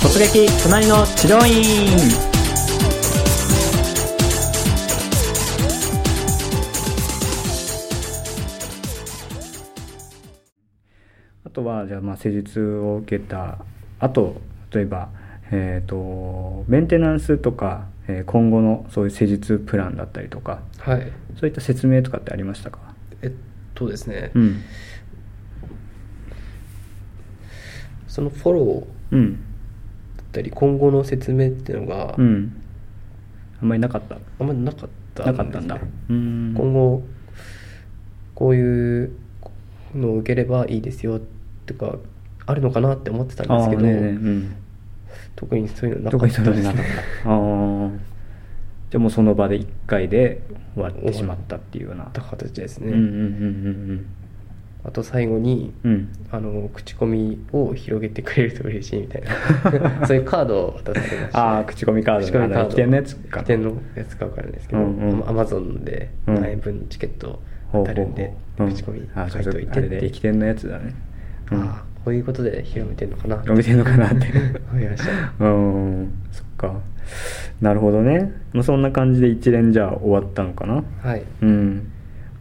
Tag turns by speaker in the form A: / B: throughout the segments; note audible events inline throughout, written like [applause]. A: 突撃隣の治療院あとはじゃあまあ施術を受けた後例えば、えー、とメンテナンスとか、えー今後のそういう施術プランだったりとか
B: はい
A: そういった説明とかってありましたか、
B: えっとですね、
A: うん
B: そのフォロ
A: うん
B: ーだったり今後の説明っていうのが
A: うん、あんまりなかった
B: あんまりなかった
A: なかったんだ
B: ですね
A: うん
B: 今後こういうのを受ければいいですよとかあるのかなって思ってたんですけど、
A: あーねえねえうん
B: 特にそういうのなか
A: 特
B: っ
A: にそ
B: た
A: ういう
B: で
A: の
B: す
A: なかっ
B: ね
A: たあーじゃあもうその場で1回で終わってしまったっていうような
B: った形です
A: うん
B: ね、
A: うんうん
B: あと最後に
A: うんうん
B: あの口コミを広げてくれると嬉しいみたい
A: [laughs]
B: なそういうカードを渡されました、
A: ああ口コミカード
B: 口コミカード
A: 起点のやつか
B: 起点のやつ買うからですけど、
A: うんうん
B: アマゾンで
A: うん
B: 何円分チケット当たるんで、
A: ほうほうほう
B: 口コミ
A: あー
B: 書いとい
A: あ
B: て
A: れ
B: って
A: で起点のやつだねうん
B: ああこういうことで広めてるのかな
A: 広めてんのかなって
B: [laughs] 思いました
A: うんそっかなるほどね、まあ、そんな感じで一連じゃあ終わったのかな
B: はい
A: うん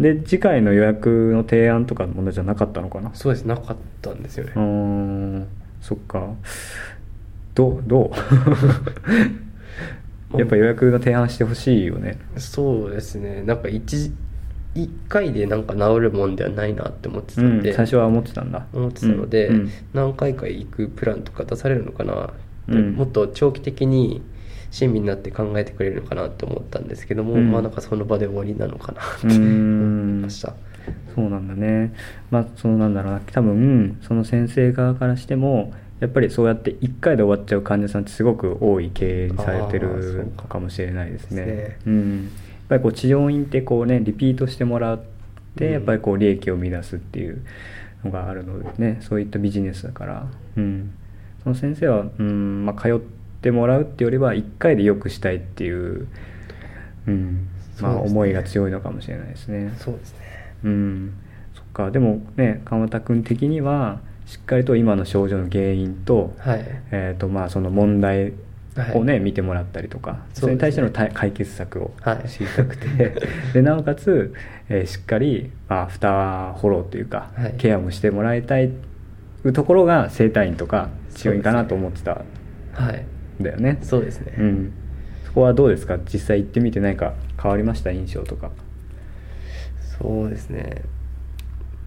A: で次回の予約の提案とかのものじゃなかったのかな
B: そうですなかったんですよね、
A: うーんそっかどう
B: [laughs]
A: どうやっぱ予約の提案してほしいよね
B: そうですねなんか一一回でなんか治るもんではないなって思ってた
A: うんん
B: で、
A: 最初は思ってたんだ
B: 思ってたので、
A: うん
B: 何回か行くプランとか出されるのかな、で
A: うん
B: もっと長期的に親身になって考えてくれるのかなと思ったんですけども、
A: うん
B: まあなんかその場で終わりなのかなって
A: うー
B: [laughs] 思い
A: ん
B: ました
A: そうなんだねまあそのなんだろうな多分その先生側からしてもやっぱりそうやって1回で終わっちゃう患者さんってすごく多い経営にされて
B: あーそう
A: る
B: か
A: かもしれないですね
B: ですね
A: うん、やっぱりこう治療院ってこうねリピートしてもらっ
B: う
A: て
B: ん
A: やっぱりこう利益を生み出すっていうのがあるのでねそういったビジネスだから、うん、その先生は、うんまあ、通ってもらうっていうよりは1回で良くしたいっていう、うんまあ、
B: そうですね
A: 思いが強いのかもしれないですね。
B: そうですね
A: うん、そっかでもね川田君的にはしっかりと今の症状の原因と,、
B: はい
A: えーとまあ、その問題をね、
B: はい
A: 見てもらったりとかそ
B: そうですね
A: れに対しての対解決策を
B: はい
A: 知りたくて、でなおかつ、えーしっかり、まあ、アフターフォローというか、
B: はい
A: ケアもしてもらいたいところが整体院とか治療院かなと思ってたん
B: はい
A: だよね。
B: そうですね、
A: うん、そこはどうですか実際行ってみて何か変わりました印象とか。
B: そうですね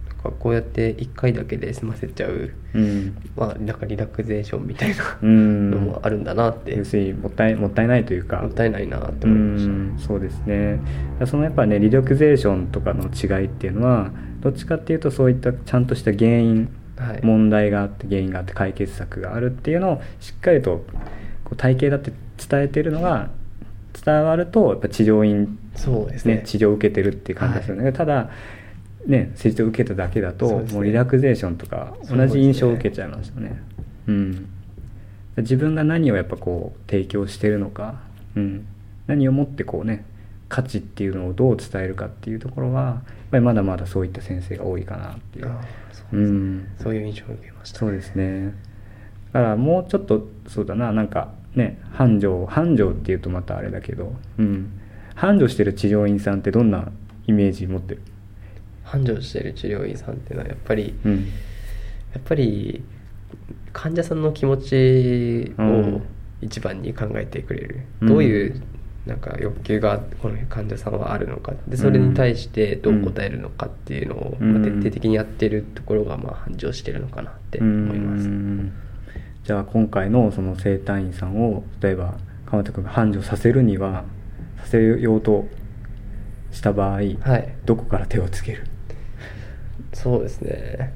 B: なんかこうやって1回だけで済ませちゃう
A: うん
B: まあなんかリラクゼーションみたいな
A: うん
B: のもあるんだなって、
A: 要するにもったいもったいないというか
B: もったいないなって
A: う
B: 思いました、
A: んそうですねそのやっぱねリラクゼーションとかの違いっていうのはどっちかっていうとそういったちゃんとした原因、
B: はい
A: 問題があって原因があって解決策があるっていうのをしっかりとこう体系だって伝えてるのが伝わるとやっぱ治療院
B: そうですね
A: ね、治療を受けてるっていう感じがするので、ただ、ね、施術を受けただけだと
B: そうですね
A: もうリラクゼーションとか
B: そう
A: 同
B: ですね
A: じ印象を受けちゃいますよねうん、自分が何をやっぱこう提供してるのか、うん、何をもってこうね価値っていうのをどう伝えるかっていうところはやっぱりまだまだそういった先生が多いかなっていう
B: ああそう
A: う
B: ですね
A: ん
B: そういう印象を受けました
A: そうですねだからもうちょっとそうだななんかね繁盛繁盛っていうとまたあれだけどうん繁盛してる治療院さんってどんなイメージ持ってる
B: 繁盛している治療院さんっていうのはやっぱり、
A: うん
B: やっぱり患者さんの気持ち
A: うん
B: を一番に考えてくれる、
A: うん
B: どういうなんか欲求がこの患者さんはあるのかでそれに対してどう答えるのかっていうのを、
A: うん
B: まあ徹底的にやってるところがまあ繁盛してるのかなって思います、
A: うんじゃあ今回のその整体院さんを例えば鎌田君が繁盛させるにはさせようとした場合、
B: はい
A: どこから手をつける
B: そうですね、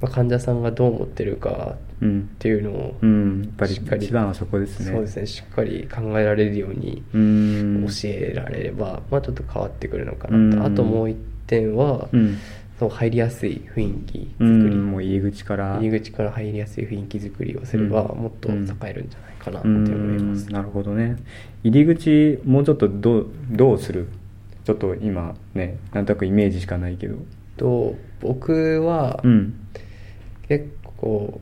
B: まあ、患者さんがどう思ってるか
A: う
B: っ
A: ん、
B: ていうのを、
A: うん、やっぱ
B: しっか
A: り
B: り
A: 一番はそこですね
B: そうですねしっかり考えられるように
A: うん
B: 教えられれば、まあ、ちょっと変わってくるのかなと、
A: うん
B: あともう一点は、
A: うん
B: その入りやすい雰囲気
A: う
B: 作り、
A: んもう入り口から
B: 入り口から入りやすい雰囲気作りをすれば、
A: うん
B: もっと栄えるんじゃないかなって
A: う
B: 思います、
A: んなるほどね入り口もうちょっとどうどうするちょっと今ねなんとなくイメージしかないけど
B: と僕は
A: うん
B: 結構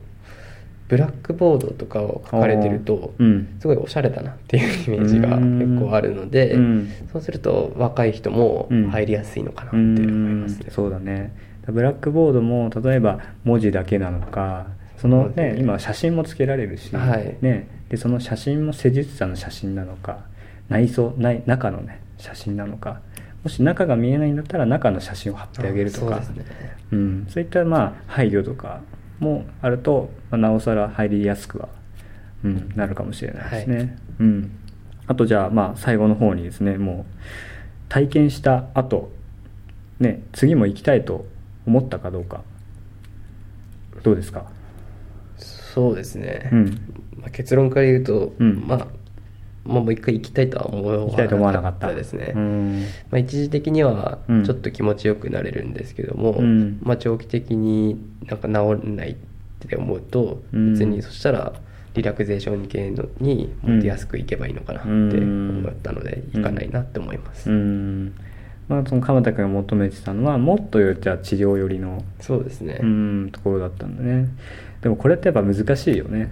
B: ブラックボードとかを書かれてると
A: うん
B: すごいおしゃれだなっていうイメージが結構あるので、
A: うん
B: そうすると若い人も
A: うん
B: 入りやすいのかなって
A: う
B: 思います
A: ん
B: ね。
A: そうだねブラックボードも例えば文字だけなのかその
B: そうで
A: ね
B: すね
A: 今写真もつけられるし、
B: はい
A: ね、でその写真も施術者の写真なのか内装内中のね写真なのかもし中が見えないんだったら中の写真を貼ってあげるとか
B: あそうですね
A: うん、そういったまあ配慮とかもあると、まあなおさら入りやすくは、うん、なるかもしれないですね、
B: は
A: うん、あとじゃあまあ最後の方にですねもう体験した後、ね次も行きたいと思ったかどうかどうですか
B: そうですね、
A: うん
B: まあ、結論から言うと、
A: うん
B: まあ、まあもう一回行きたいとは思わ
A: 行きたいと思わなかった
B: ですね、
A: うん
B: まあ、一時的には
A: うん
B: ちょっと気持ちよくなれるんですけども、
A: うん
B: まあ、長期的になんか治んないって思うと、
A: うん
B: 別にそしたらリラクゼーション系のに持ってやすくいけばいいのかなって思ったので、
A: うん
B: 行かないなって思います、
A: うんまあその鎌田君が求めてたのはもっとじゃあ治療寄りの
B: そうですね、
A: うんところだったんだねでもこれってやっぱ難しいよ
B: [laughs]
A: ね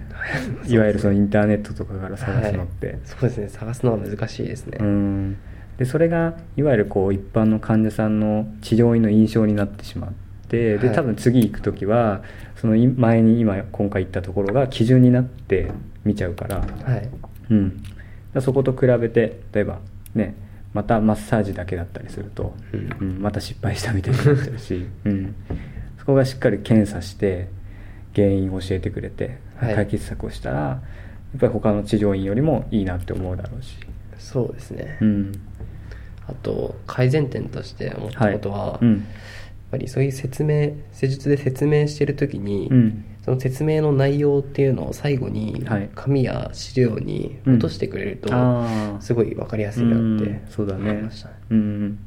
A: いわゆるそのインターネットとかから探すのって、
B: はいそうですね探すのは難しいですね、
A: うんでそれがいわゆるこう一般の患者さんの治療院の印象になってしまってで
B: はい
A: 多分次行く時はそのい前に今今回行ったところが基準になって見ちゃうから、
B: はい
A: うん、だからそこと比べて例えばねまたマッサージだけだったりすると、
B: うん
A: うんまた失敗したみたいになっちゃう
B: [laughs]
A: し、うん、そこがしっかり検査して原因を教えてくれて
B: はい
A: 解決策をしたら、やっぱり他の治療院よりもいいなって思うだろうし、
B: そうですね、
A: うん、
B: あと改善点として思ったことは、
A: う
B: やっ
A: ん
B: ぱりそういう説明施術で説明してる時に、
A: うん
B: その説明の内容っていうのを最後に
A: はい
B: 紙や資料に落としてくれると、
A: あー
B: すごい分かりやすいなって
A: うんそうだ
B: 思い
A: ね
B: ましたね、
A: うん、だか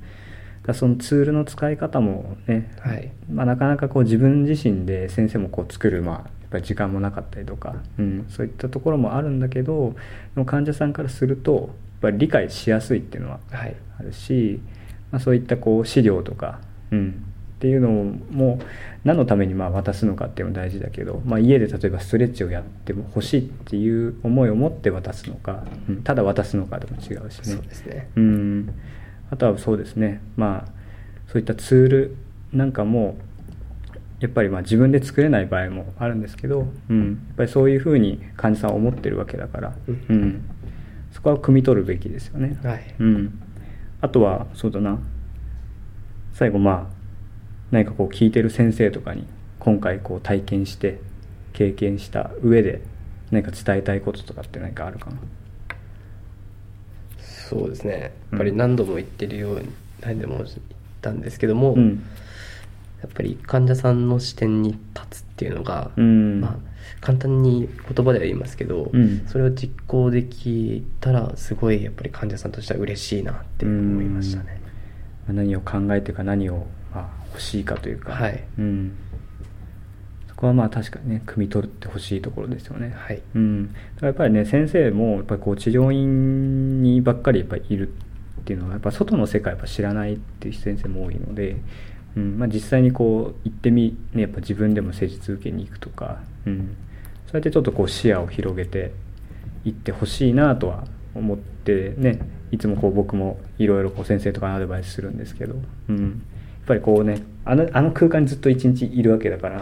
A: らそのツールの使い方もね
B: はい
A: まあ、なかなかこう自分自身で先生もこう作る、まあ、やっぱり時間もなかったりとか、うん、そういったところもあるんだけどでも患者さんからするとやっぱり理解しやすいっていうのは
B: はい
A: あるし、まあ、そういったこう資料とか、うん、っていうのも何のためにまあ渡すのかっていうのも大事だけど、まあ、家で例えばストレッチをやっても欲しいっていう思いを持って渡すのか、うん、ただ渡すのかでも違うし
B: そうですね
A: うんあとはそうですねまあそういったツールなんかもやっぱりまあ自分で作れない場合もあるんですけど、うん、やっぱりそういうふうに患者さんは思ってるわけだから、
B: うん
A: うん、そこは汲み取るべきですよね、
B: はい
A: うん、あとはそうだな最後まあ何かこう聞いてる先生とかに今回こう体験して経験した上で何か伝えたいこととかって何かあるかな
B: そうですね
A: うん
B: やっぱり何度も言ってるように何度も言ったんですけども、
A: うん
B: やっぱり患者さんの視点に立つっていうのが、
A: うん
B: まあ、簡単に言葉では言いますけど、
A: うん
B: それを実行できたらすごいやっぱり患者さんとしては嬉しいなって思いましたね。
A: まあ何を考えてるか何をまあ欲しいかというか、
B: はい
A: うん、そこはまあ確かにね汲み取ってほしいところですよね、
B: はい
A: うん、だからやっぱりね先生もやっぱりこう治療院にばっかりやっぱりいるっていうのはやっぱ外の世界やっぱ知らないっていう先生も多いので、うんまあ、実際にこう行ってみ、ね、やっぱ自分でも施術受けに行くとか、うん、そうやってちょっとこう視野を広げていってほしいなとは思ってねいつもこう僕もいろいろこう先生とかにアドバイスするんですけど、うん、やっぱりこうねあのあの空間にずっと一日いるわけだ
B: [laughs]
A: から、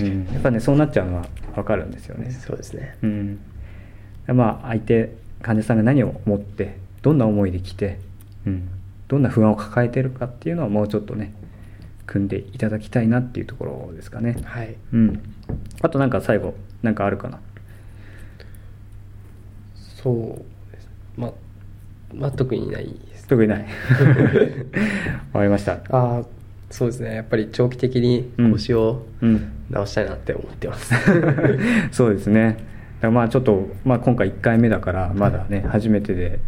A: うん、やっぱねそうなっちゃうのは分かるんですよね。
B: そうですね。
A: うん、まあ相手患者さんが何を思ってどんな思いで来て、うん、どんな不安を抱えてるかっていうのはもうちょっとね組んでいただきたいなっていうところですかね、
B: はい。
A: うん、あとなんか最後なんかあるかな
B: そうです。まあ、まあ、特にないです。
A: 特にない [laughs] 終わりました
B: ああ、そうですね。やっぱり長期的に
A: うん
B: 腰を
A: うん
B: 直したいなって思っ
A: [laughs]
B: てます。
A: そうですね。だからまあちょっと、まあ、今回1回目だからまだね初めてで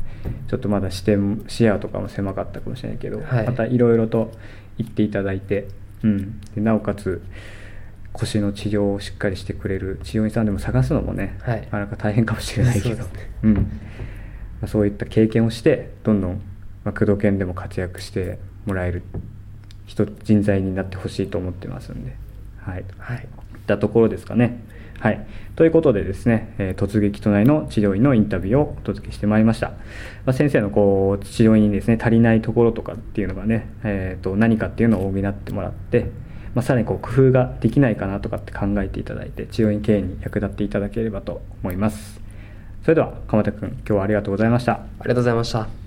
A: ちょっとまだ視点視野とかも狭かったかもしれないけど、
B: はい
A: またいろいろと言っていただいて、うん、でなおかつ腰の治療をしっかりしてくれる治療院さんでも探すのもね、
B: はい
A: なかなか大変かもしれないけど
B: そうですね
A: うんまあ、そういった経験をしてどんどん、まあ、工藤研でも活躍してもらえる人人材になってほしいと思ってますんで、はい
B: はい
A: いったところですかね。はい、ということでですね、えー突撃隣の治療院のインタビューをお届けしてまいりました、まあ、先生のこう治療院にですね足りないところとかっていうのがね、えー、と何かっていうのを補ってもらって、まあ、さらにこう工夫ができないかなとかって考えていただいて治療院経営に役立っていただければと思いますそれでは鎌田君今日はありがとうございました
B: ありがとうございました